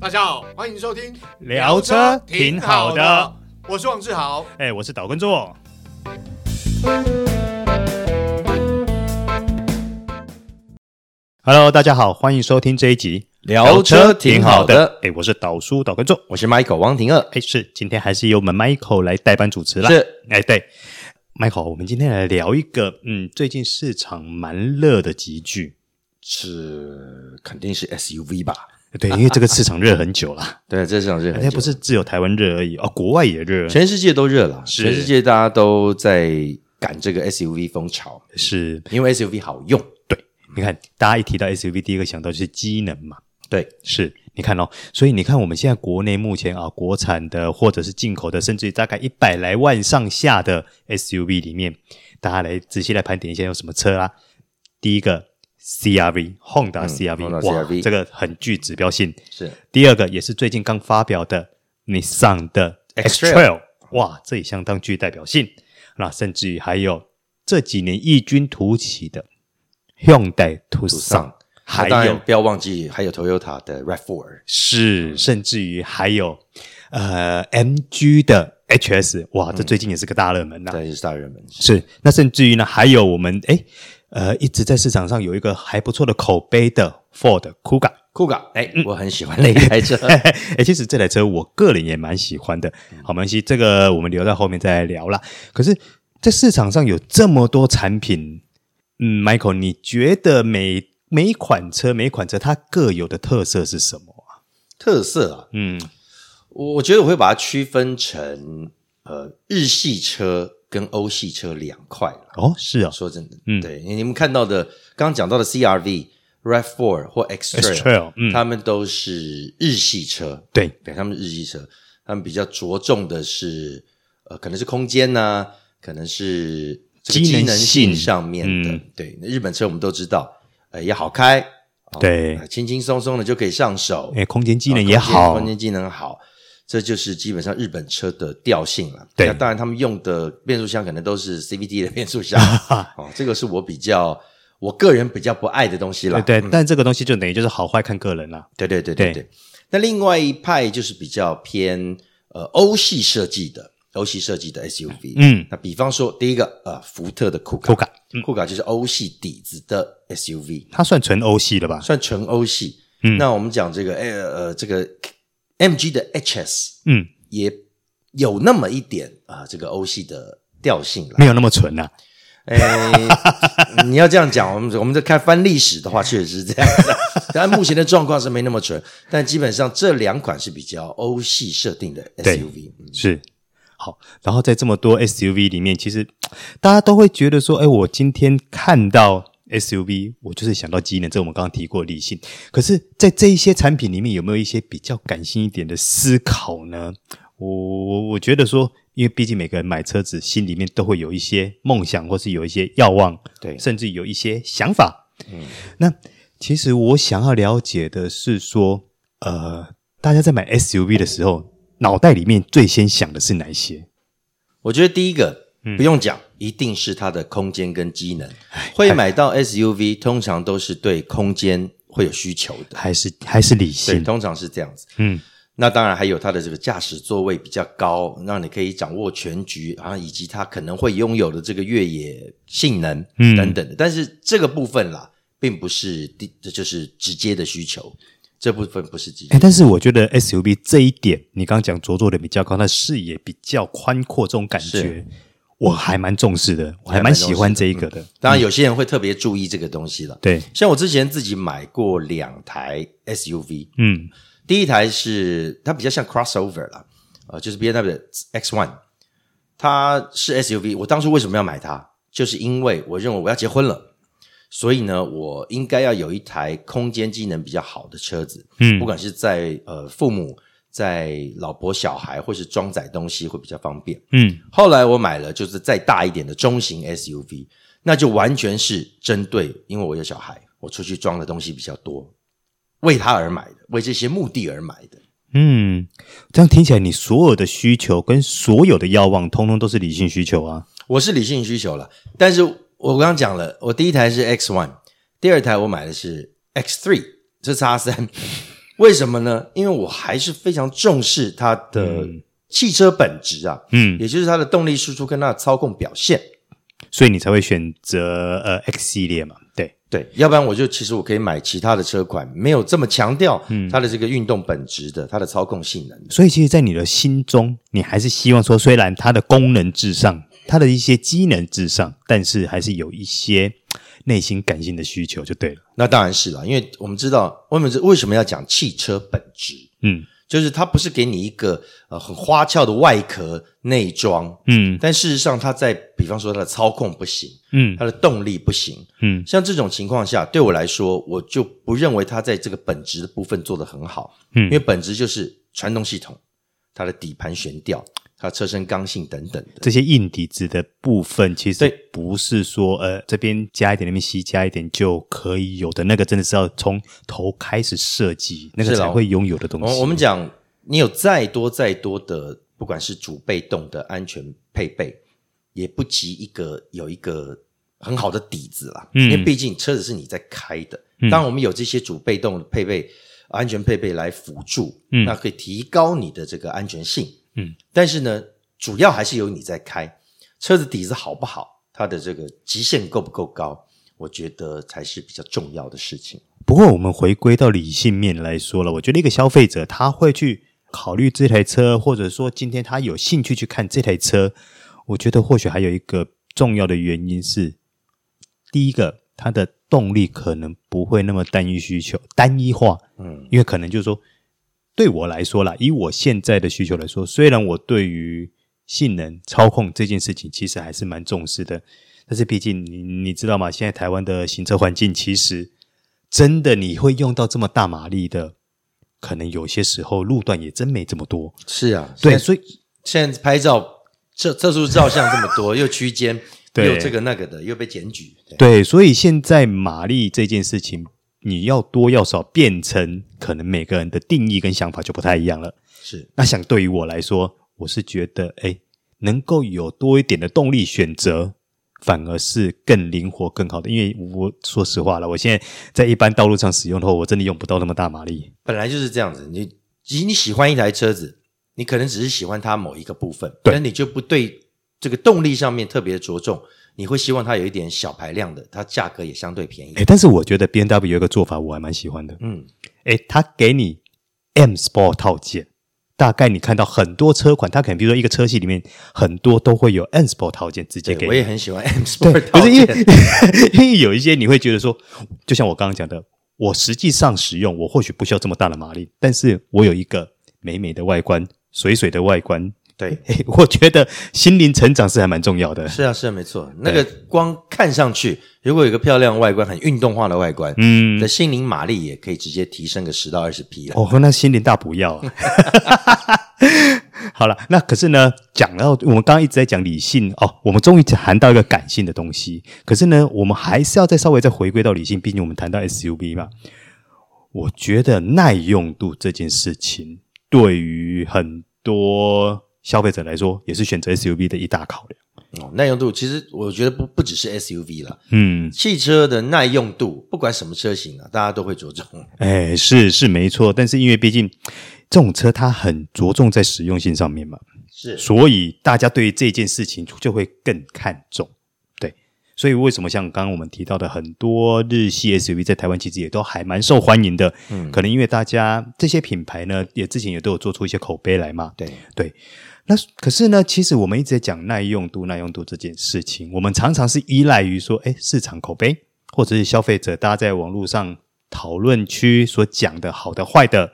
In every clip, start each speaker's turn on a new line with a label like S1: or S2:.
S1: 大家好，欢迎收听
S2: 聊车挺好的，
S1: 我是王志豪。
S2: 哎、我是岛根座。Hello，大家好，欢迎收听这一集
S3: 聊车挺好的，
S2: 哎、我是岛叔岛根座。
S3: 我是 Michael 汪廷二，
S2: 哎、是今天还是由我们 Michael 来代班主持啦。
S3: 是
S2: 哎、对，Michael，我们今天来聊一个嗯，最近市场蛮热的集聚。
S3: 是肯定是 SUV 吧？哎
S2: 对，因为这个市场热很久了，
S3: 对，这市场 热
S2: 而
S3: 很
S2: 且
S3: 久，
S2: 不是只有台湾热而已哦，国外也热。
S3: 全世界都热了，
S2: 是
S3: 全世界大家都在赶这个 SUV 风潮，
S2: 是，
S3: 因为 SUV 好用。
S2: 你看，大家一提到 SUV，第一个想到就是机能嘛。
S3: 对，
S2: 是，你看哦，所以你看我们现在国内目前啊，国产的或者是进口的，甚至大概一百来万上下的 SUV 里面，大家来仔细来盘点一下有什么车啦。第一个 CRV Honda
S3: 嗯
S2: CRV，、
S3: Honda
S2: 哇
S3: CR-V
S2: 这个很具指标性。
S3: 是
S2: 第二个也是最近刚发表的 Nissan 的 X
S3: X-Trail
S2: Trail，哇，这也相当具代表性。那甚至于还有这几年异军突起的 Hyundai Tucson，
S3: Tucson
S2: 还
S3: 那当
S2: 有
S3: 然不要忘记还有 Toyota 的 Rav4，
S2: 是，甚至于还有呃 MG 的 HS，哇，这最近也是个大热门呐、
S3: 对，是大热门。
S2: 是，那甚至于呢，还有我们哎呃一直在市场上有一个还不错的口碑的 Ford Kuga。
S3: 酷嘎，哎，我很喜欢那台车，
S2: 哎、其实这台车我个人也蛮喜欢的。好，没关系，这个我们留到后面再来聊啦。可是，在市场上有这么多产品，嗯，Michael，你觉得每每一款车、每一款车它各有的特色是什么啊？
S3: 特色啊，
S2: 嗯，
S3: 我我觉得我会把它区分成呃日系车跟欧系车两块啦
S2: 哦，是哦，
S3: 说真的，
S2: 嗯
S3: 对，因为你们看到的刚刚讲到的 CRV、Rav4 或
S2: X-Trail，
S3: X-Trail，
S2: 嗯
S3: 他们都是日系车，
S2: 对，
S3: 对，他们是日系车，他们比较着重的是呃，可能是空间呐、可能是这个
S2: 机能
S3: 机能
S2: 性
S3: 性上面的。
S2: 嗯
S3: 对，那日本车我们都知道，呃，也好开，哦
S2: 对
S3: 呃轻轻松松的就可以上手，
S2: 哎，空间机能
S3: 啊
S2: 也好
S3: 空间，空间机能好，这就是基本上日本车的调性了。
S2: 对
S3: 那当然他们用的变速箱可能都是 CVT 的变 速箱，哦，这个是我比较我个人比较不爱的东西啦。
S2: 对对，但这个东西就等于就是好坏看个人啦。
S3: 对对对对对。那另外一派就是比较偏呃欧系设计的，欧系设计的 SUV。
S2: 嗯，
S3: 那比方说第一个呃福特的酷卡，
S2: 酷卡，嗯
S3: 酷卡就是欧系底子的 SUV。
S2: 它算纯欧系了吧？
S3: 算纯欧系。
S2: 嗯
S3: 那我们讲这个，哎呃呃，这个 MG 的 HS
S2: 嗯，
S3: 也有那么一点啊、这个欧系的调性了。
S2: 没有那么纯啊呐、嗯
S3: 哎， 你要这样讲，我们我们在看翻历史的话，确实是这样的。 但目前的状况是没那么纯，但基本上这两款是比较欧系设定的
S2: 对
S3: SUV。嗯
S2: 是。好，然后在这么多 SUV 里面，其实大家都会觉得说，哎，我今天看到 SUV，我就是想到机能，这我们刚刚提过理性。可是，在这一些产品里面，有没有一些比较感性一点的思考呢？我我我觉得说，因为毕竟每个人买车子，心里面都会有一些梦想，或是有一些要望，
S3: 对
S2: 甚至有一些想法。嗯，那其实我想要了解的是说，呃，大家在买 SUV 的时候，脑袋里面最先想的是哪一些？
S3: 我觉得第一个
S2: 嗯
S3: 不用讲，一定是它的空间跟机能。会买到 SUV，通常都是对空间会有需求的。
S2: 还是还是理
S3: 对，
S2: 性？
S3: 通常是这样子。
S2: 嗯，
S3: 那当然还有它的这个驾驶座位比较高，让你可以掌握全局，然后以及它可能会拥有的这个越野性能
S2: 嗯
S3: 等等的。但是这个部分啦，并不是第，这就是直接的需求，这部分不是直
S2: 哎，
S3: 接。
S2: 但是我觉得 SUV 这一点，你刚刚讲着座的比较高，那视野比较宽阔，这种感觉
S3: 是
S2: 我还蛮重视的，我还蛮喜欢这一个的。
S3: 当然，有些人会特别注意这个东西了。
S2: 对，
S3: 像我之前自己买过两台 SUV，
S2: 嗯，
S3: 第一台是它比较像 crossover 啦，呃，就是 B N W 的 X One，它是 SUV。我当初为什么要买它，就是因为我认为我要结婚了，所以呢，我应该要有一台空间机能比较好的车子。
S2: 嗯
S3: 不管是在呃父母、在老婆、小孩，或是装载东西会比较方便。
S2: 嗯，
S3: 后来我买了就是再大一点的中型 SUV，那就完全是针对，因为我有小孩，我出去装的东西比较多，为他而买的，为这些目的而买的。
S2: 嗯，这样听起来，你所有的需求跟所有的要望，通通都是理性需求啊。
S3: 我是理性需求了，但是我刚刚讲了，我第一台是 X One，第二台我买的是 X Three，是叉三。 为什么呢？因为我还是非常重视它的汽车本质啊，
S2: 嗯，
S3: 也就是它的动力输出跟它的操控表现。
S2: 所以你才会选择呃 X 系列嘛？对，
S3: 对，要不然我就其实我可以买其他的车款，没有这么强调
S2: 嗯
S3: 它的这个运动本质的，它的操控性能的。
S2: 所以其实，在你的心中，你还是希望说，虽然它的功能至上，它的一些机能至上，但是还是有一些内心感性的需求就对了。
S3: 那当然是了、因为我们知道，我们为什么要讲汽车本质？
S2: 嗯
S3: 就是它不是给你一个呃很花俏的外壳内装，
S2: 嗯
S3: 但事实上它在比方说它的操控不行，
S2: 嗯
S3: 它的动力不行，
S2: 嗯
S3: 像这种情况下，对我来说，我就不认为它在这个本质的部分做得很好，
S2: 嗯
S3: 因为本质就是传动系统、它的底盘悬吊、它的车身刚性等等的。
S2: 这些硬底子的部分，其
S3: 对
S2: 实不是说呃这边加一点，那边西加一点就可以有的。那个真的是要从头开始设计，那个
S3: 是啦
S2: 才会拥有的东西。
S3: 我我们讲，你有再多再多的，不管是主被动的安全配备，也不及一个有一个很好的底子啦。
S2: 嗯
S3: 因为毕竟车子是你在开的，当我们有这些主被动的配备、安全配备来辅助，
S2: 嗯
S3: 那可以提高你的这个安全性。
S2: 嗯，
S3: 但是呢，主要还是由你在开，车子底子好不好，它的这个极限够不够高，我觉得才是比较重要的事情。
S2: 不过，我们回归到理性面来说了，我觉得一个消费者他会去考虑这台车，或者说今天他有兴趣去看这台车，我觉得或许还有一个重要的原因是，第一个，它的动力可能不会那么单一需求、单一化，
S3: 嗯，
S2: 因为可能就是说，对我来说啦，以我现在的需求来说，虽然我对于性能操控这件事情其实还是蛮重视的，但是毕竟你你知道吗？现在台湾的行车环境其实真的你会用到这么大马力的，可能有些时候路段也真没这么多。
S3: 是啊，
S2: 对，所以
S3: 现在拍照特特殊照相这么多，又区间，
S2: 对
S3: 又这个那个的，又被检举。对
S2: 对，所以现在马力这件事情，你要多要少，变成可能每个人的定义跟想法就不太一样了。
S3: 是
S2: 那想对于我来说，我是觉得，哎，能够有多一点的动力选择，反而是更灵活、更好的。因为我说实话了，我现在在一般道路上使用的话，我真的用不到那么大马力。
S3: 本来就是这样子。你其实你喜欢一台车子，你可能只是喜欢它某一个部分，
S2: 对
S3: 但你就不对这个动力上面特别着重，你会希望它有一点小排量的，它价格也相对便宜。
S2: 哎，但是我觉得 B N W 有一个做法，我还蛮喜欢的。
S3: 嗯，
S2: 哎，它给你 M Sport 套件，大概你看到很多车款，它可能比如说一个车系里面很多都会有 M Sport 套件直接给你。
S3: 对，我也很喜 欢 M
S2: 对，
S3: Sport
S2: 不
S3: 套
S2: 是因
S3: 件。
S2: 为 因为有一些你会觉得说，就像我刚刚讲的，我实际上使用我或许不需要这么大的马力，但是我有一个美美的外观，水水的外观，
S3: 对，
S2: 嘿我觉得心灵成长是还蛮重要的。
S3: 是啊，是啊，没错。那个光看上去，如果有一个漂亮的外观，很运动化的外观，你
S2: 嗯，
S3: 的心灵马力也可以直接提升个十到二十匹了。
S2: 哦，那心灵大补药啊。 好了，那可是呢，讲到我们刚刚一直在讲理性哦，我们终于谈到一个感性的东西。可是呢，我们还是要再稍微再回归到理性，毕竟我们谈到 SUV 嘛。我觉得耐用度这件事情，对于很多消费者来说，也是选择 SUV 的一大考量。
S3: 哦，耐用度其实我觉得不不只是 SUV 了，
S2: 嗯，
S3: 汽车的耐用度不管什么车型啊，大家都会着重。
S2: 哎，是是没错，但是因为毕竟这种车它很着重在实用性上面嘛，
S3: 是
S2: 所以大家对于这件事情就会更看重。对，所以为什么像刚刚我们提到的很多日系 SUV 在台湾其实也都还蛮受欢迎的，嗯，可能因为大家这些品牌呢，也之前也都有做出一些口碑来嘛。
S3: 对，
S2: 对，那可是呢，其实我们一直在讲耐用度、耐用度这件事情，我们常常是依赖于说，哎，市场口碑或者是消费者大家在网络上讨论区所讲的好的、坏的。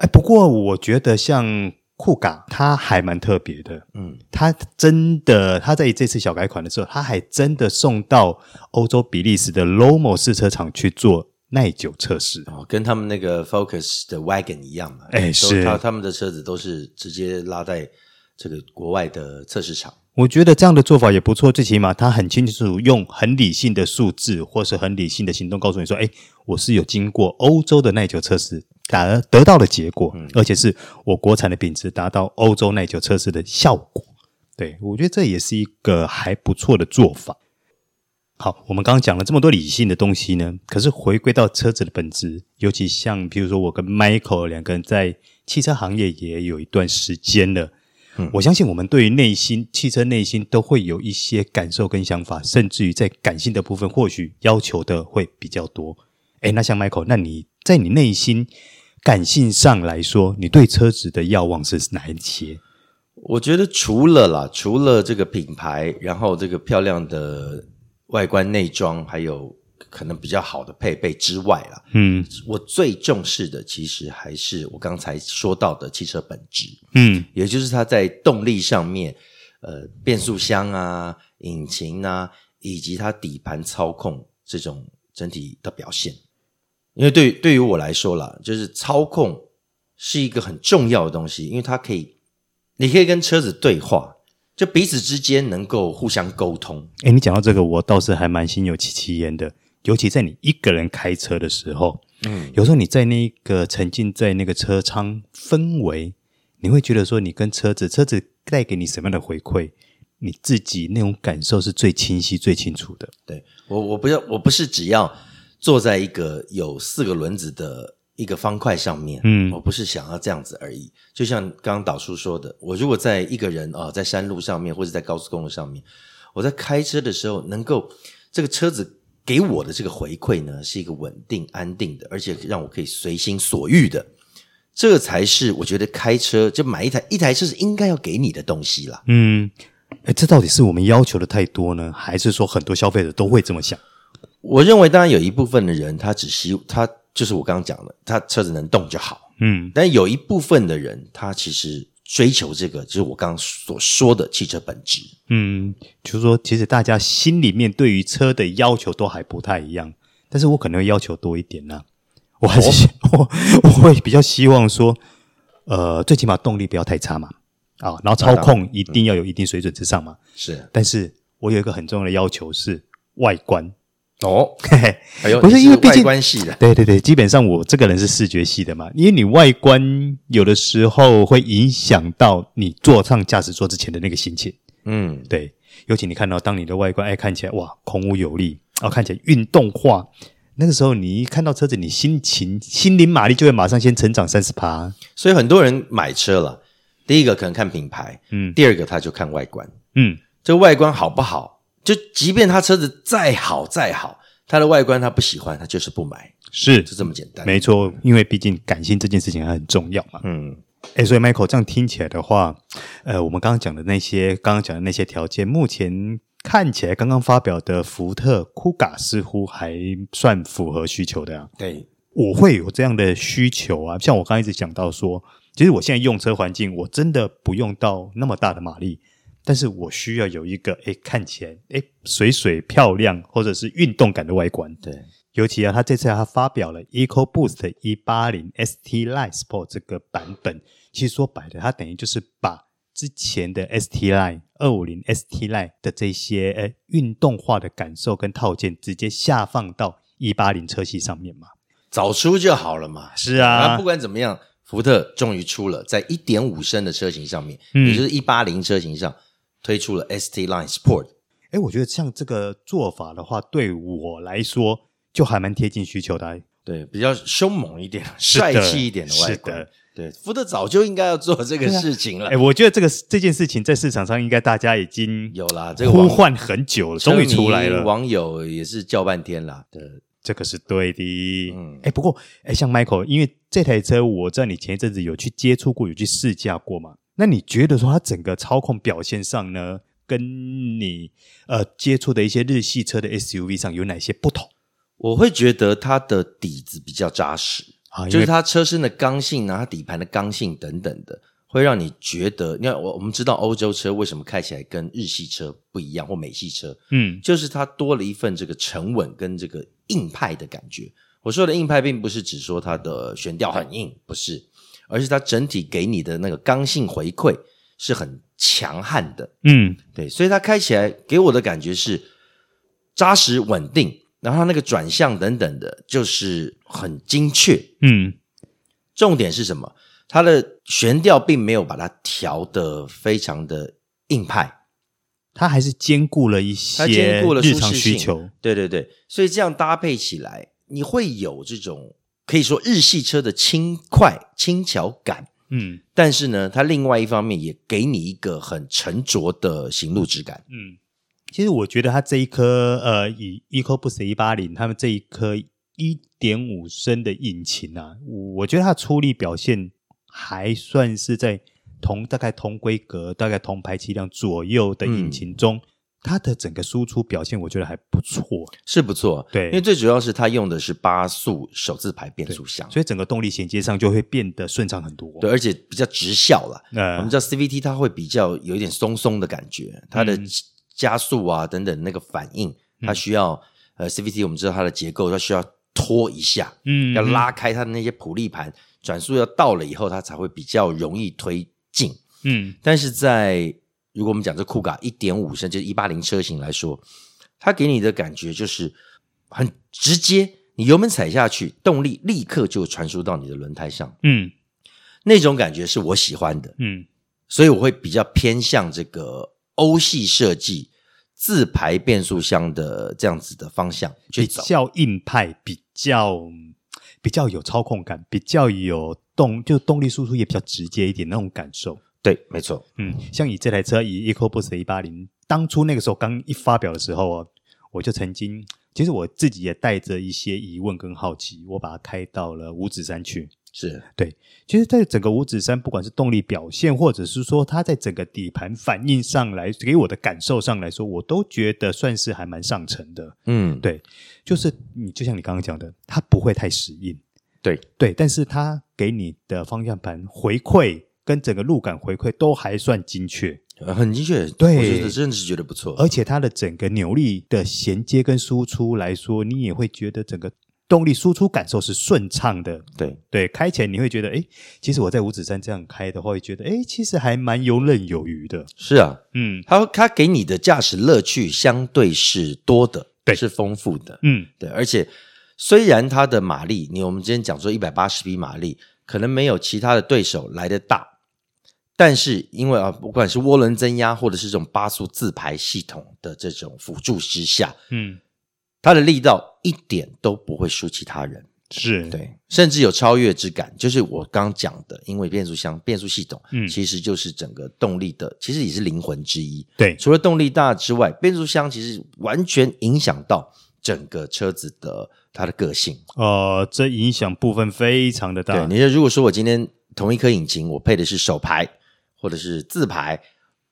S2: 哎，不过我觉得像酷咖，它还蛮特别的。
S3: 嗯，
S2: 它真的，它在这次小改款的时候，它还真的送到欧洲比利时的 Lomo 试车场去做耐久测试。
S3: 哦，跟他们那个 Focus 的 Wagon 一样嘛，
S2: 哎
S3: 都
S2: 是
S3: 他他们的车子都是直接拉在这个国外的测试场。
S2: 我觉得这样的做法也不错，最起码他很清楚用很理性的数字或是很理性的行动告诉你说，哎，我是有经过欧洲的耐久测试，达而得到的结果，而且是我国产的品质达到欧洲耐久测试的效果。对我觉得这也是一个还不错的做法。好，我们刚刚讲了这么多理性的东西呢，可是回归到车子的本质，尤其像比如说我跟 Michael 两个人在汽车行业也有一段时间了，我相信我们对于内心汽车内心都会有一些感受跟想法，甚至于在感性的部分，或许要求的会比较多。诶，那像 Michael，那你在你内心感性上来说，你对车子的要望是哪一些？
S3: 我觉得除了啦，除了这个品牌，然后这个漂亮的外观内装，还有可能比较好的配备之外啦，
S2: 嗯
S3: 我最重视的其实还是我刚才说到的汽车本质，
S2: 嗯
S3: 也就是它在动力上面，呃，变速箱啊、引擎啊，以及它底盘操控这种整体的表现。因为对于对于我来说啦，就是操控是一个很重要的东西，因为它可以，你可以跟车子对话，就彼此之间能够互相沟通。
S2: 哎，你讲到这个，我倒是还蛮心有戚戚焉的。尤其在你一个人开车的时候，嗯，有时候你在那个沉浸在那个车舱氛围，你会觉得说，你跟车子，车子带给你什么样的回馈，你自己那种感受是最清晰、最清楚的。
S3: 对我，我不要，我不是只要坐在一个有四个轮子的一个方块上面，
S2: 嗯
S3: 我不是想要这样子而已。就像刚刚导叔说的，我如果在一个人啊、在山路上面或者在高速公路上面，我在开车的时候，能够这个车子给我的这个回馈呢，是一个稳定、安定的，而且让我可以随心所欲的。这才是我觉得开车就买一台一台车是应该要给你的东西啦。
S2: 嗯，哎，这到底是我们要求的太多呢，还是说很多消费者都会这么想？
S3: 我认为，当然有一部分的人，他只希他就是我刚刚讲的，他车子能动就好。
S2: 嗯
S3: 但有一部分的人，他其实追求这个，就是我刚刚所说的汽车本质。
S2: 嗯，就是说，其实大家心里面对于车的要求都还不太一样，但是我可能会要求多一点呢、我还是、 我我会比较希望说，呃，最起码动力不要太差嘛，啊，然后嗯操控一定要有一定水准之上嘛。
S3: 是
S2: 但是我有一个很重要的要求是外观，
S3: 哦，
S2: 嘿嘿，
S3: 哎呦，
S2: 不是
S3: 你
S2: 因为毕
S3: 外
S2: 竟
S3: 观系的，
S2: 对对对，基本上我这个人是视觉系的嘛，因为你外观有的时候会影响到你坐上驾驶座之前的那个心情。
S3: 嗯，
S2: 对，尤其你看到当你的外观哎看起来哇孔武有力，哦看起来运动化，那个时候你一看到车子，你心情心灵马力就会马上先成长三十趴。
S3: 所以很多人买车了，第一个可能看品牌，
S2: 嗯
S3: 第二个他就看外观，
S2: 嗯
S3: 这外观好不好？就即便他车子再好再好，他的外观他不喜欢，他就是不买，
S2: 是
S3: 就这么简单。
S2: 没错，因为毕竟感性这件事情还很重要嘛。
S3: 嗯，
S2: 哎，所以 Michael 这样听起来的话，呃，我们刚刚讲的那些，刚刚讲的那些条件，目前看起来刚刚发表的福特酷嘎似乎还算符合需求的啊。
S3: 对，
S2: 我会有这样的需求啊。像我刚刚一直讲到说，其实我现在用车环境，我真的不用到那么大的马力，但是我需要有一个诶看起来诶水水漂亮或者是运动感的外观。
S3: 对，
S2: 尤其啊，它这次啊它发表了 EcoBoost 一八零 ST Line Sport 这个版本，其实说白了，它等于就是把之前的 ST Line 二五零 ST Line 的这些呃运动化的感受跟套件，直接下放到一八零车系上面嘛。
S3: 早出就好了嘛。
S2: 是
S3: 啊，
S2: 啊
S3: 不，管怎么样，福特终于出了在一点五升的车型上面，
S2: 嗯
S3: 也就是一八零车型上推出了 ST Line Sport。
S2: 哎，我觉得像这个做法的话，对我来说就还蛮贴近需求的啊。
S3: 对，比较凶猛一点、
S2: 是的
S3: 帅气一点的外观。
S2: 是的
S3: 对，福特早就应该要做这个事情了。
S2: 哎，我觉得这个这件事情在市场上应该大家已经
S3: 有啦，这个
S2: 呼
S3: 网
S2: 唤很久了，终于出来
S3: 车迷
S2: 了，
S3: 网友也是叫半天啦。对，
S2: 这个是对的。
S3: 嗯
S2: 哎，不过哎，像 Michael，因为这台车我知道你前一阵子有去接触过，有去试驾过嘛？那你觉得说它整个操控表现上呢，跟你呃接触的一些日系车的 SUV 上有哪些不同
S3: 我会觉得它的底子比较扎实，
S2: 啊？因
S3: 就
S2: 为
S3: 是它车身的刚性啊，它底盘的刚性等等的，会让你觉得，你看我我们知道欧洲车为什么开起来跟日系车不一样，或美系车，
S2: 嗯，
S3: 就是它多了一份这个沉稳跟这个硬派的感觉。我说的硬派，并不是指说它的悬吊很硬，不是，而是它整体给你的那个刚性回馈是很强悍的。
S2: 嗯
S3: 对，所以它开起来给我的感觉是扎实稳定，然后它那个转向等等的，就是很精确。
S2: 嗯
S3: 重点是什么？它的悬吊并没有把它调的非常的硬派，
S2: 它还是兼顾了一些
S3: 它兼顾了
S2: 日
S3: 舒
S2: 常
S3: 适
S2: 需
S3: 性
S2: 求。
S3: 对对对，所以这样搭配起来，你会有这种可以说日系车的轻快、轻巧感，
S2: 嗯
S3: 但是呢，它另外一方面也给你一个很沉着的行路质感。
S2: 嗯，其实我觉得它这一颗呃，以 EcoBoost 一八零，他们这一颗一点五升的引擎啊，我我觉得它的出力表现还算是在同大概同规格、大概同排气量左右的引擎中，它的整个输出表现我觉得还不错，
S3: 是不错，
S2: 对
S3: 因为最主要是它用的是八速手自排变速箱，
S2: 所以整个动力衔接上就会变得顺畅很多。
S3: 对，，而且比较直效了。
S2: 呃，
S3: 我们知道 CVT 它会比较有一点松松的感觉，它的
S2: 嗯
S3: 加速啊等等那个反应，它需要呃 CVT 我们知道它的结构，它需要拖一下，
S2: 嗯
S3: 要拉开它的那些普力盘，转速要到了以后，它才会比较容易推进。
S2: 嗯
S3: 但是在如果我们讲这酷卡一点五升，就是一八零车型来说，它给你的感觉就是很直接，你油门踩下去，动力立刻就传输到你的轮胎上，
S2: 嗯
S3: 那种感觉是我喜欢的，
S2: 嗯
S3: 所以我会比较偏向这个欧系设计自排变速箱的这样子的方向去
S2: 比
S3: 走。
S2: 较硬派，比较比较有操控感，比较有动，就动力输出也比较直接一点那种感受。
S3: 对，没错，
S2: 嗯，像以这台车以 EcoBoost 一八零，当初那个时候刚一发表的时候哦，我就曾经，其实我自己也带着一些疑问跟好奇，我把它开到了五指山去。
S3: 是
S2: 其实，在整个五指山，不管是动力表现，或者是说它在整个底盘反应上来，给我的感受上来说，我都觉得算是还蛮上乘的。
S3: 嗯，
S2: 对就是你就像你刚刚讲的，它不会太死硬，
S3: 对
S2: 对，但是它给你的方向盘回馈跟整个路感回馈都还算精确，
S3: 呃很精确，
S2: 对
S3: 我觉得真的是觉得不错。
S2: 而且它的整个扭力的衔接跟输出来说，你也会觉得整个动力输出感受是顺畅的。
S3: 对，
S2: 对，开前你会觉得，哎，其实我在五指山这样开的话，会觉得，哎，其实还蛮游刃有余的。
S3: 是啊，
S2: 嗯
S3: 它它给你的驾驶乐趣相对是多的，
S2: 对
S3: 是丰富的，
S2: 嗯
S3: 对，而且虽然它的马力，你我们之前讲说一百八十匹马力，可能没有其他的对手来的大，但是因为啊，不管是涡轮增压或者是这种八速自排系统的这种辅助之下，
S2: 嗯，
S3: 它的力道一点都不会输其他人，
S2: 是，
S3: 对，甚至有超越之感，就是我刚讲的，因为变速箱、变速系统，
S2: 嗯
S3: 其实就是整个动力的，其实也是灵魂之一，
S2: 对，
S3: 除了动力大之外，变速箱其实完全影响到整个车子的它的个性。
S2: 呃，这影响部分非常的
S3: 对，
S2: 大。
S3: 你说如果说我今天同一颗引擎，我配的是手排或者是自排，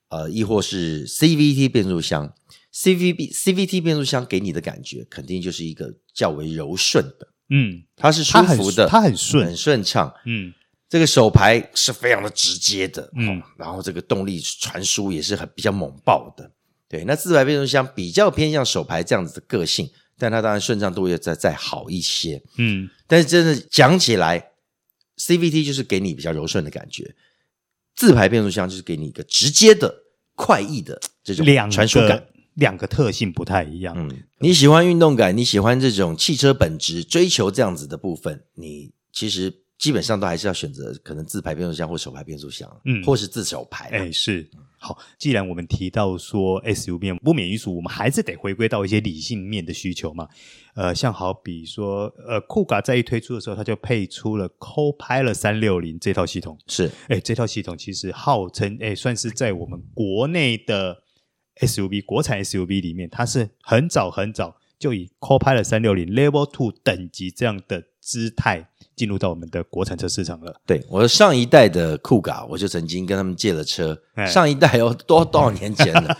S3: 呃，亦或是 CVT 变速箱，CVB CVT 变速箱给你的感觉肯定就是一个较为柔顺的，
S2: 嗯，
S3: 它是舒
S2: 它很
S3: 服的，
S2: 它很顺
S3: 很顺畅。
S2: 嗯
S3: 这个手排是非常的直接的，
S2: 嗯
S3: 嗯，然后这个动力传输也是很比较猛爆的，对。那自排变速箱比较偏向手排这样子的个性，但它当然顺畅度又再再好一些。
S2: 嗯，
S3: 但是真的讲起来，CVT 就是给你比较柔顺的感觉，自排变速箱就是给你一个直接的、快意的这种
S2: 两
S3: 传输感
S2: 个。两个特性不太一样。
S3: 嗯，你喜欢运动感，你喜欢这种汽车本质，追求这样子的部分，你其实基本上都还是要选择可能自排变速箱或手排变速箱，
S2: 嗯
S3: 或是自手排啦。
S2: 哎、是。好，既然我们提到说 SUV 不免于俗，我们还是得回归到一些理性面的需求嘛。呃，像好比说，呃，酷卡在一推出的时候，它就配出了 Copilot 三六零这套系统。
S3: 是
S2: 哎，这套系统其实号称哎，算是在我们国内的 SUV 国产 SUV 里面，它是很早很早就以 Copilot 三六零 Level Two 等级这样的姿态进入到我们的国产车市场了。
S3: 对我上一代的酷嘎，我就曾经跟他们借了车，
S2: 哎
S3: 上一代哦，多多少年前了。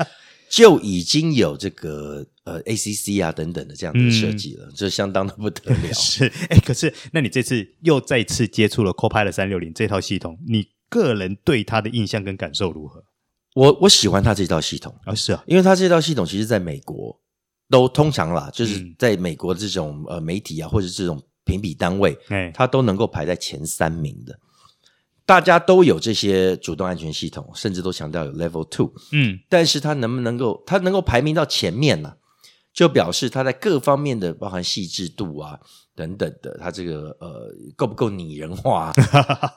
S3: 就已经有这个呃 ACC 啊等等的这样的设
S2: 嗯
S3: 计了，这相当的不得了。
S2: 是， 哎、可是那你这次又再次接触了 Copilot 三六零这套系统，你个人对它的印象跟感受如何？
S3: 我我喜欢它这套系统，
S2: 啊，是啊，
S3: 因为它这套系统其实在美国都通常啦，就是
S2: 嗯
S3: 在美国这种呃媒体啊或者这种评比单位，
S2: 哎、
S3: 它都能够排在前三名的。大家都有这些主动安全系统，甚至都强调有 Level Two，
S2: 嗯
S3: 但是它能不能够，它能够排名到前面呢、啊就表示它在各方面的，包含细致度啊等等的，它这个呃够不够拟人 化、啊，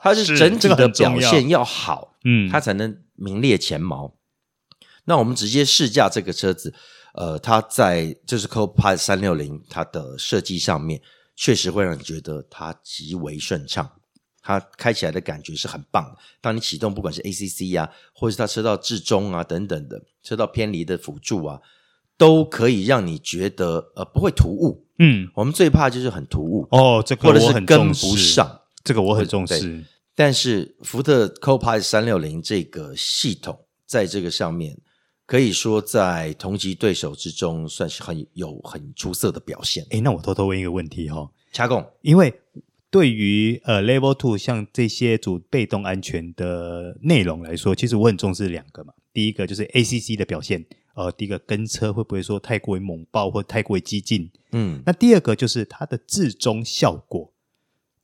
S3: 它是
S2: 是
S3: 整体
S2: 这个
S3: 的
S2: 很重
S3: 表
S2: 要
S3: 现要好，
S2: 嗯，
S3: 它才能名列前茅。那我们直接试驾这个车子，呃，它在就是 Copilot 三六零它的设计上面，确实会让你觉得它极为顺畅。它开起来的感觉是很棒的。当你启动，不管是 ACC 呀、啊，或是它车道至中啊等等的车道偏离的辅助啊，都可以让你觉得呃不会突兀。
S2: 嗯，
S3: 我们最怕就是很突兀，
S2: 哦，这个
S3: 或者
S2: 我
S3: 是
S2: 很
S3: 跟
S2: 重
S3: 不
S2: 视，
S3: 上。
S2: 这个我很
S3: 或者
S2: 重
S3: 对
S2: 视。
S3: 但是福特 Copilot 三六零这个系统在这个上面，可以说在同级对手之中算是很有很出色的表现。
S2: 哎诶，那我偷偷问一个问题哈、哦，
S3: 掐共
S2: 因为对于呃 Level Two 像这些主被动安全的内容来说，其实我很重视两个嘛。第一个就是 ACC 的表现，呃，第一个跟车会不会说太过于猛爆或太过于激进？
S3: 嗯，
S2: 那第二个就是它的至终效果。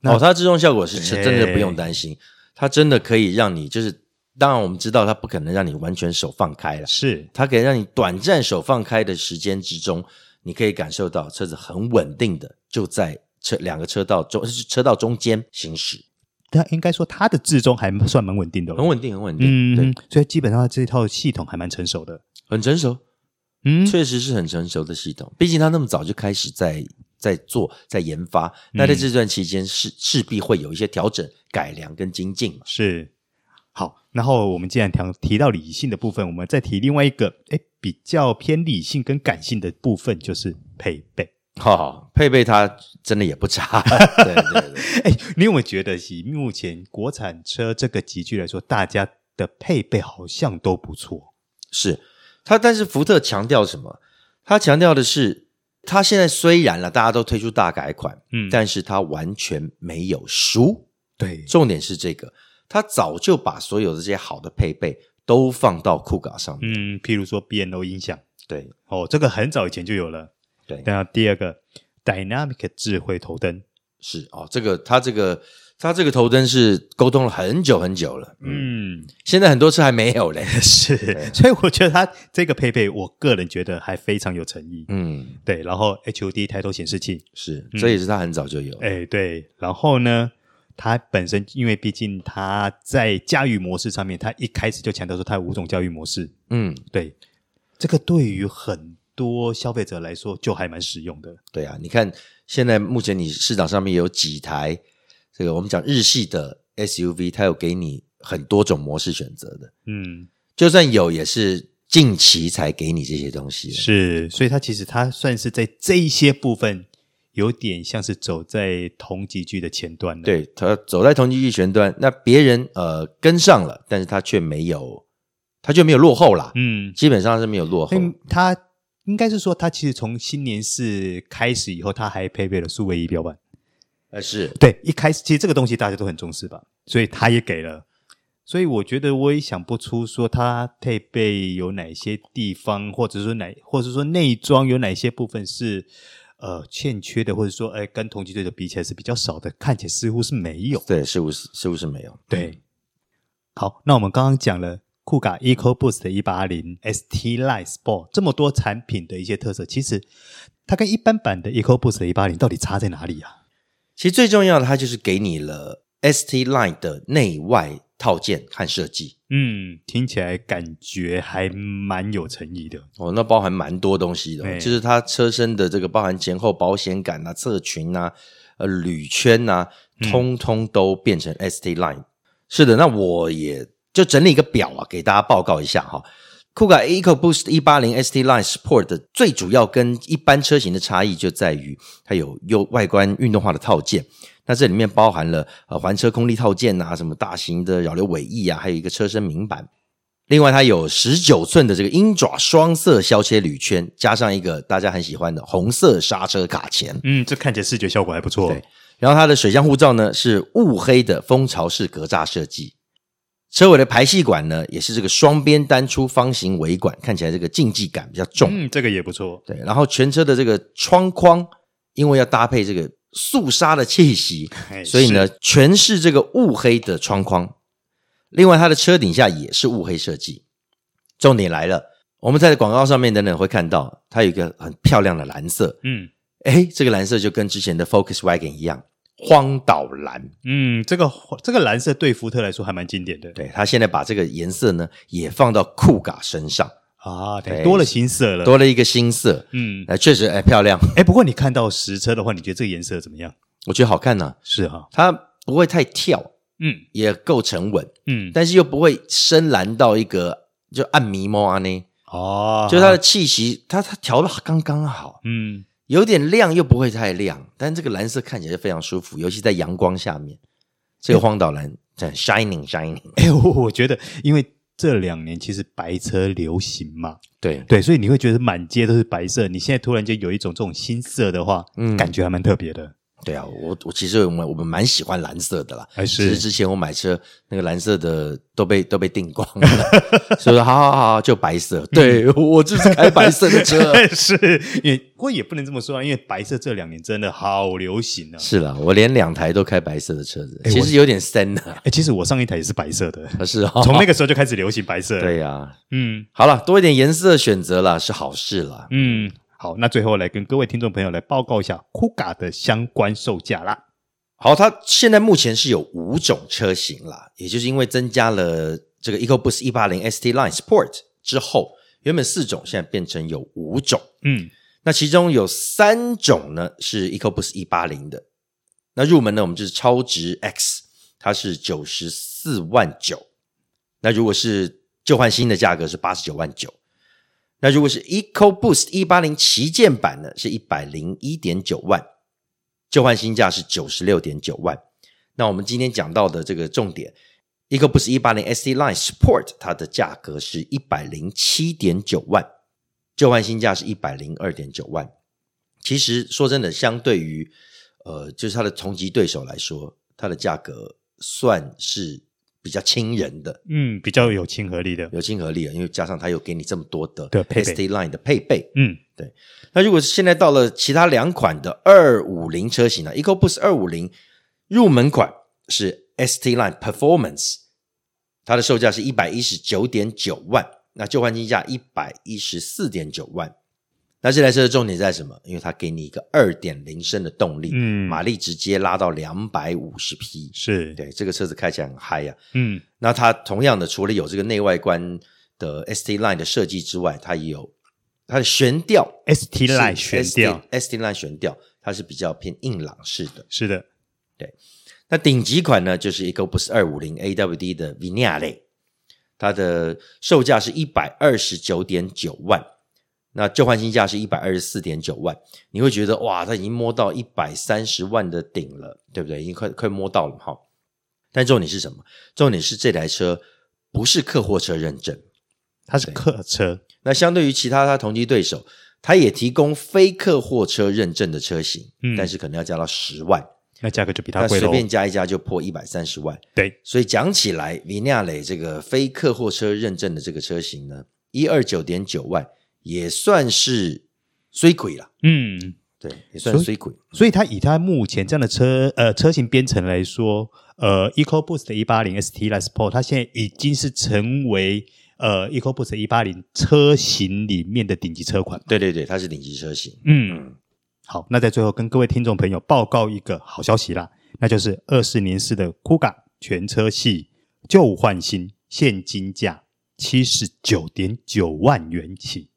S2: 那
S3: 哦，它自动效果是
S2: 对
S3: 真的不用担心，它真的可以让你就是，当然我们知道它不可能让你完全手放开了，
S2: 是
S3: 它可以让你短暂手放开的时间之中，你可以感受到车子很稳定的就在车两个车道中是车道中间行驶，
S2: 它应该说它的至终还算蛮稳定的咯，
S3: 很稳定，很稳定，
S2: 嗯
S3: 对，，
S2: 所以基本上这套系统还蛮成熟的。
S3: 很成熟。
S2: 嗯，
S3: 确实是很成熟的系统，毕竟他那么早就开始在在做、在研发，
S2: 嗯
S3: 那在这段期间势势必会有一些调整、改良跟精进 嘛。
S2: 是好。然后我们既然提提到理性的部分，我们再提另外一个，哎，比较偏理性跟感性的部分，就是配备。
S3: 哈、配备它真的也不差， 对对对，
S2: 哎，你有没有觉得，以目前国产车这个集聚来说，大家的配备好像都不错？
S3: 是它。但是福特强调什么？他强调的是，他现在虽然了大家都推出大改款，
S2: 嗯
S3: 但是它完全没有输。
S2: 对，
S3: 重点是这个，他早就把所有的这些好的配备都放到酷卡上面。
S2: 嗯，譬如说 B N O 音响，
S3: 对
S2: 哦，这个很早以前就有了。
S3: 对，
S2: 那第二个 Dynamic 智慧头灯，
S3: 是哦，这个他这个他这个头灯是沟通了很久很久了，嗯，
S2: 嗯，
S3: 现在很多车还没有嘞，
S2: 是，所以我觉得它这个配备，我个人觉得还非常有诚意。
S3: 嗯，
S2: 对，然后 HUD 抬头显示器，
S3: 是，这也是他很早就有，
S2: 嗯哎，对，然后呢，它本身因为毕竟它在驾驭模式上面，它一开始就强调说它有五种驾驭模式，
S3: 嗯，
S2: 对，这个对于很多消费者来说就还蛮实用的。
S3: 对啊，你看现在目前你市场上面有几台这个我们讲日系的 SUV，它有给你很多种模式选择的，
S2: 嗯，
S3: 就算有也是近期才给你这些东西的，
S2: 是，所以它其实它算是在这一些部分有点像是走在同级距的前端了。，
S3: 对，他走在同级距前端，那别人呃跟上了，但是他却没有，他却没有落后啦，
S2: 嗯，哎
S3: 基本上是没有落后
S2: 所。以它应该是说，它其实从新年四开始以后，它还配备了数位仪表板。
S3: 呃，是
S2: 对，一开始其实这个东西大家都很重视吧，所以他也给了。所以我觉得我也想不出说它配备有哪些地方，或者说哪，或者说内装有哪些部分是呃欠缺的，或者说哎跟同级对手比起来是比较少的，看起来似乎是没有。
S3: 对，似乎是似乎是没有。嗯
S2: 对，嗯好，那我们刚刚讲了酷卡 EcoBoost 的一八零 ST Line Sport 这么多产品的一些特色，其实它跟一般版的 EcoBoost 的一八零到底差在哪里啊？
S3: 其实最重要的，它就是给你了 ST Line 的内外套件和设计
S2: 嗯，听起来感觉还蛮有诚意的。
S3: 哦，那包含蛮多东西的、哦，
S2: 对
S3: 就是它车身的这个包含前后保险杆啊、侧裙啊、呃铝圈啊，通通都变成 ST Line。是的，那我也就整理一个表啊，给大家报告一下哈、酷卡 EcoBoost 一八零 ST Line Sport 的最主要跟一般车型的差异就在于它有优外观运动化的套件，那这里面包含了呃环车空力套件啊，什么大型的扰流尾翼啊，还有一个车身明板。另外，它有十九寸的这个鹰爪双色削切铝圈，加上一个大家很喜欢的红色刹车卡钳。
S2: 嗯，这看起来视觉效果还不错。
S3: 对然后它的水箱护罩呢是雾黑的蜂巢式格栅设计，车尾的排气管呢也是这个双边单出方形尾管，看起来这个竞技感比较重。
S2: 嗯，这个也不错。
S3: 对，然后全车的这个窗框，因为要搭配这个肃杀的气息，
S2: 嘿
S3: 所以呢，全是这个雾黑的窗框。另外，它的车顶下也是雾黑设计。重点来了，我们在广告上面等等会看到，它有一个很漂亮的蓝色，
S2: 嗯
S3: 哎，这个蓝色就跟之前的 Focus Wagon 一样，荒岛蓝。
S2: 嗯，这个这个蓝色对福特来说还蛮经典的。
S3: 对，它现在把这个颜色呢也放到酷嘎身上，
S2: 啊，等于
S3: 对
S2: 多了心色了。
S3: 多了一个新色。
S2: 嗯，
S3: 哎，确实，哎，漂亮，
S2: 哎，不过你看到实车的话，你觉得这个颜色怎么样？
S3: 我觉得好看呢、
S2: 是哈，
S3: 它不会太跳，
S2: 嗯
S3: 也够沉稳，
S2: 嗯，
S3: 但是又不会深蓝到一个就暗迷蒙啊呢，
S2: 哦，
S3: 就是它的气息，它它调的刚刚好，
S2: 嗯，
S3: 有点亮又不会太亮，但这个蓝色看起来就非常舒服，尤其在阳光下面，这个荒岛蓝很 shining shining，
S2: 哎，我我觉得，因为这两年其实白车流行嘛，
S3: 对，
S2: 对，所以你会觉得满街都是白色。你现在突然间有一种这种新色的话，
S3: 嗯
S2: 感觉还蛮特别的。
S3: 对啊，我我其实我们我们蛮喜欢蓝色的啦，
S2: 还
S3: 只哎是之前我买车那个蓝色的都被都被订光 了，所以说好好好好就白色，对我就是开白色的 车。
S2: 是也不过也不能这么说啊，因为白色这两年真的好流行啊。
S3: 是啦，我连两台都开白色的车子，
S2: 哎我
S3: 其实有点深啊。
S2: 哎，其实我上一台也是白色的，
S3: 是哦，
S2: 从那个时候就开始流行白色。，
S3: 对呀、
S2: 嗯
S3: 好了，多一点颜色选择啦，是好事啦。
S2: 嗯。好，那最后来跟各位听众朋友来报告一下 Kuga 的相关售价啦。
S3: 好，它现在目前是有五种车型啦，也就是因为增加了这个 EcoBoost 一八零 ST Line Sport 之后，原本四种现在变成有五种。
S2: 嗯，
S3: 那其中有三种呢是 EcoBoost 一八零的，那入门呢我们就是超值 X，它是九十四万九，那如果是旧换新的价格是八十九万九，那如果是 EcoBoost 一八零旗舰版呢是一百零一点九万，旧换新价是九十六点九万。那我们今天讲到的这个重点，EcoBoost 一八零 ST Line Sport 它的价格是一百零七点九万。旧换新价是一百零二点九万。其实说真的，相对于呃，就是它的同级对手来说，它的价格算是比较亲人的，
S2: 嗯，比较有亲和力的。
S3: 有亲和力了。因为加上它又给你这么多的
S2: 的配备
S3: ST Line 的配备，
S2: 嗯
S3: 那如果现在到了其他两款的二五零车型呢，EcoBoost 二五零入门款是 ST Line Performance，它的售价是一百一十九点九万，那旧换新价一百一十四点九万。那这台车的重点在什么？因为它给你一个二点零升的动力，
S2: 嗯，
S3: 马力直接拉到两百五十匹，
S2: 是，
S3: 对，这个车子开起来很嗨呀、啊。
S2: 嗯
S3: 那它同样的，除了有这个内外观的 ST Line 的设计之外，它也有它的悬吊
S2: ，ST Line
S3: 是
S2: 悬吊，
S3: ST Line 悬吊，它是比较偏硬朗式的。
S2: 是的，
S3: 那顶级款呢，就是 EcoBoost 二五零 AWD 的 v i n a l e 它的售价是一百二十九点九万，那旧换新价是一百二十四点九万。你会觉得哇，它已经摸到一百三十万的顶了，对不对？已经快快摸到了哈。但重点是什么？重点是这台车不是客货车认证，
S2: 它是客车，
S3: 那相对于其他它同级对手，它也提供非客货车认证的车型，
S2: 嗯
S3: 但是可能要加到十万，
S2: 那价格就比它
S3: 那
S2: 贵
S3: 随
S2: 喽。
S3: 便加一加就破一百三十万。
S2: 对，
S3: 所以讲起来，维尼亚雷这个非客货车认证的这个车型呢，一二九点九万也算是虽鬼了，
S2: 嗯，
S3: 对，也算
S2: 所
S3: 虽鬼。
S2: 所以它以它目前这样的车呃车型编程来说，呃，EcoBoost 的一八零 ST Line Sport，它现在已经是成为呃 EcoBoost 一八零车型里面的顶级车款。
S3: 对对对，它是顶级车型。
S2: 嗯，好，那在最后跟各位听众朋友报告一个好消息啦，那就是二四年式的 Kuga 全车系旧换新，现金价七十九点九万元起。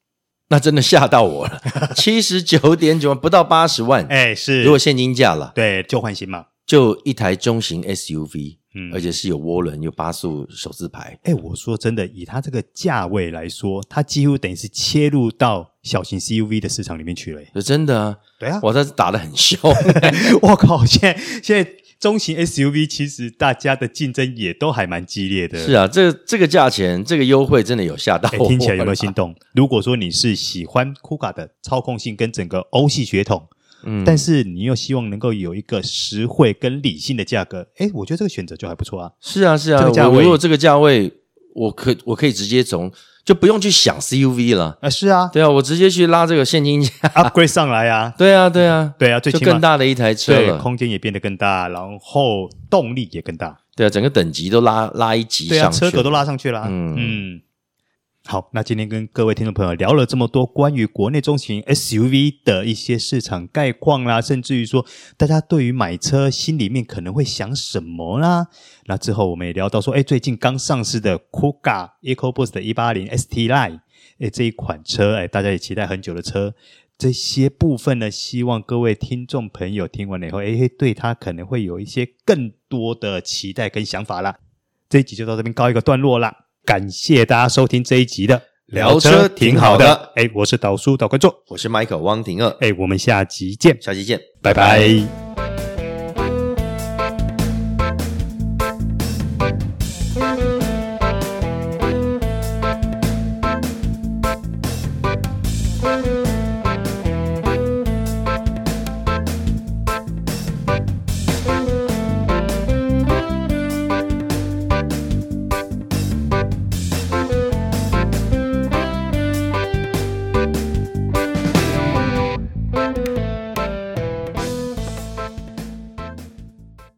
S3: 那真的吓到我了，七十九点九万，不到八十万。
S2: 哎，是，
S3: 如果现金价了，
S2: 对旧换新嘛，
S3: 就一台中型 SUV，
S2: 嗯
S3: 而且是有涡轮、有八速手自排，
S2: 哎，我说真的，以它这个价位来说，它几乎等于是切入到小型 CUV 的市场里面去了。哎
S3: 这真的啊！
S2: 对啊，
S3: 哇，他打得很凶，
S2: 我靠，现在现在中型 SUV 其实大家的竞争也都还蛮激烈的。
S3: 是啊，这这个价钱，这个优惠真的有吓到
S2: 哎，
S3: 我。
S2: 听起来有没有心？动？ 如果说你是喜欢 Kuga 的操控性跟整个欧系血统，
S3: 嗯
S2: 但是你又希望能够有一个实惠跟理性的价格，哎，我觉得这个选择就还不错啊。
S3: 是啊，是啊，
S2: 这个价
S3: 我
S2: 位
S3: 我如果这个价位，我可我可以直接从就不用去想 CUV 了。
S2: 啊，是啊
S3: 对啊，我直接去拉这个现金价。
S2: ，upgrade 上来啊，
S3: 对啊，对啊，
S2: 对啊，最
S3: 就
S2: 起
S3: 更
S2: 码
S3: 大的一台车
S2: 对
S3: 了。
S2: 空间也变得更大，然后动力也更大，
S3: 对啊，整个等级都拉拉一级
S2: 对啊，
S3: 上去了，
S2: 车格都拉上去了啊。
S3: 嗯
S2: 嗯。好，那今天跟各位听众朋友聊了这么多关于国内中型 SUV 的一些市场概况啦，甚至于说大家对于买车心里面可能会想什么啦。那之后我们也聊到说，哎，最近刚上市的 Kuga EcoBoost 的180 ST Line，诶这一款车，哎诶大家也期待很久的车。这些部分呢，希望各位听众朋友听完了以后，诶，对它可能会有一些更多的期待跟想法啦。这一集就到这边告一个段落啦，感谢大家收听这一集的
S3: 聊车挺好的
S2: 哎诶，我是导叔导观众，哎
S3: 我是 Michael 汪廷乐，
S2: 诶，我们下集见，
S3: 下期见。
S2: 拜拜